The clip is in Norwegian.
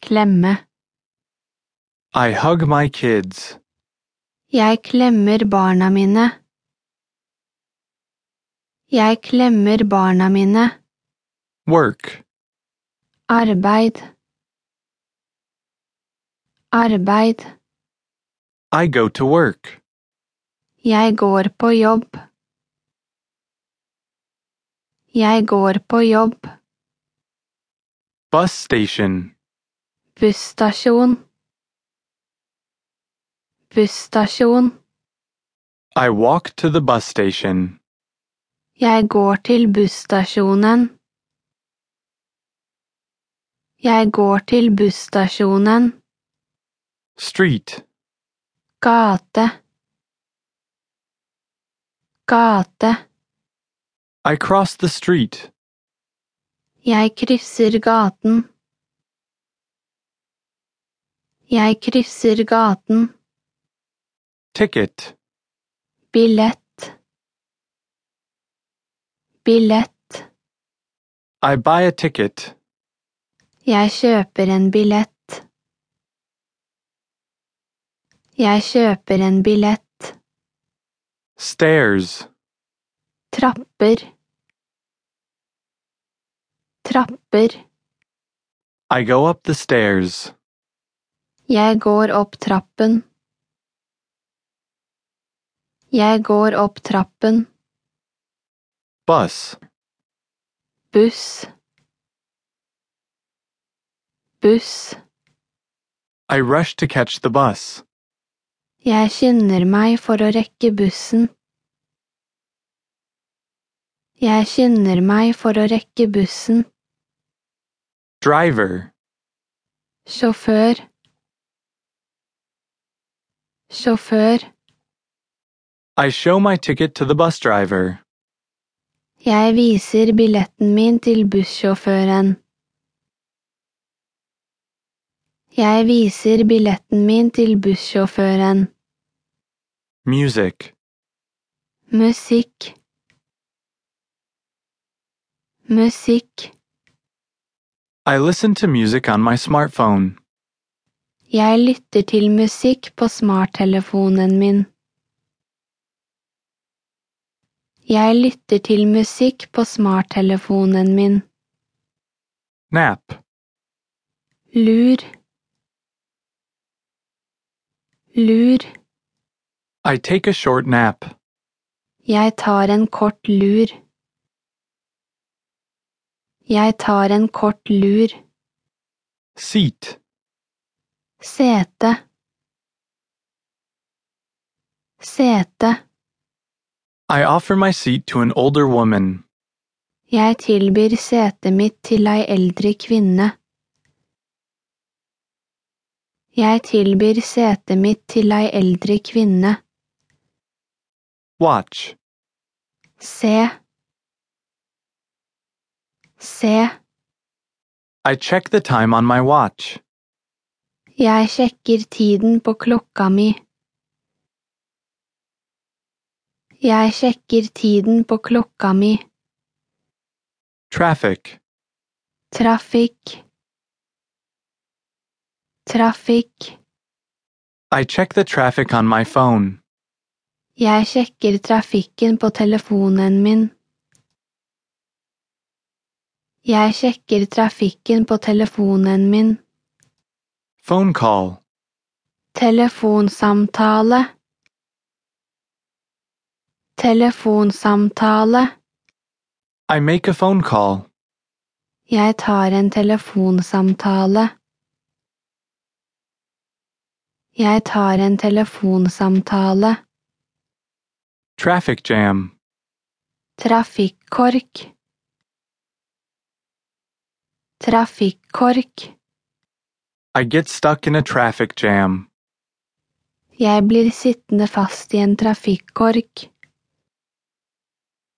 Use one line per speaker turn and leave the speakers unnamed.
klemme.
I hug my kids.
Jeg klemmer barna mine. Jeg klemmer barna mine.
Work.
Arbeid. Arbeid.
I go to work.
Jeg går på jobb. Jeg går på jobb.
Bus station.
Busstasjon. Busstasjon.
I walk to the bus station.
Jeg går til busstasjonen. Jeg går til busstasjonen.
Street.
Gate. Gate.
I cross the street.
Jeg krysser gaten. Jeg krysser gaten.
Ticket.
Billett. Billett.
I buy a ticket.
Jeg kjøper en billett. Jeg kjøper en billett.
Stairs.
Trapper. Trapper.
I go up the stairs.
Jeg går opp trappen. Jeg går opp trappen.
Bus.
Buss. Buss.
I rush to catch the bus.
Jeg skynder meg for å rekke bussen. Jeg skynder meg for å rekke bussen.
Driver.
Sjåfør. Sjåfør.
I show my ticket to the bus driver.
Jeg viser billetten min til bussjåføren. Jeg viser billetten min til bussjåføren.
Music.
Musikk. Musikk.
I listen to music on my smartphone.
Jeg lytter til musikk på smarttelefonen min. Jeg lytter til musikk på smarttelefonen min.
Nap.
Lur. Lur.
I take a short nap.
Jeg tar en kort lur. Jeg tar en kort lur.
Seat.
Sete. Sete.
I offer my seat to an older woman.
Jeg tilbyr setet mitt til ei eldre kvinne. Jeg tilbyr setet mitt til ei eldre kvinne.
Watch.
Se. Se.
I check the time on my watch.
Jeg sjekker tiden på klokka mi. Jeg sjekker tiden på klokka mi.
Traffic.
Trafikk. Trafikk.
I check the traffic on my phone.
Jeg sjekker trafikken på telefonen min. Jeg sjekker trafikken på telefonen min.
Phone call.
Telefonsamtale. Telefonsamtale.
I make a phone call.
Jeg tar en telefonsamtale. Jeg tar en telefonsamtale.
Traffic jam.
Trafikkork. Trafikkork.
I get stuck in a traffic jam.
Jeg blir sittende fast i en trafikkork.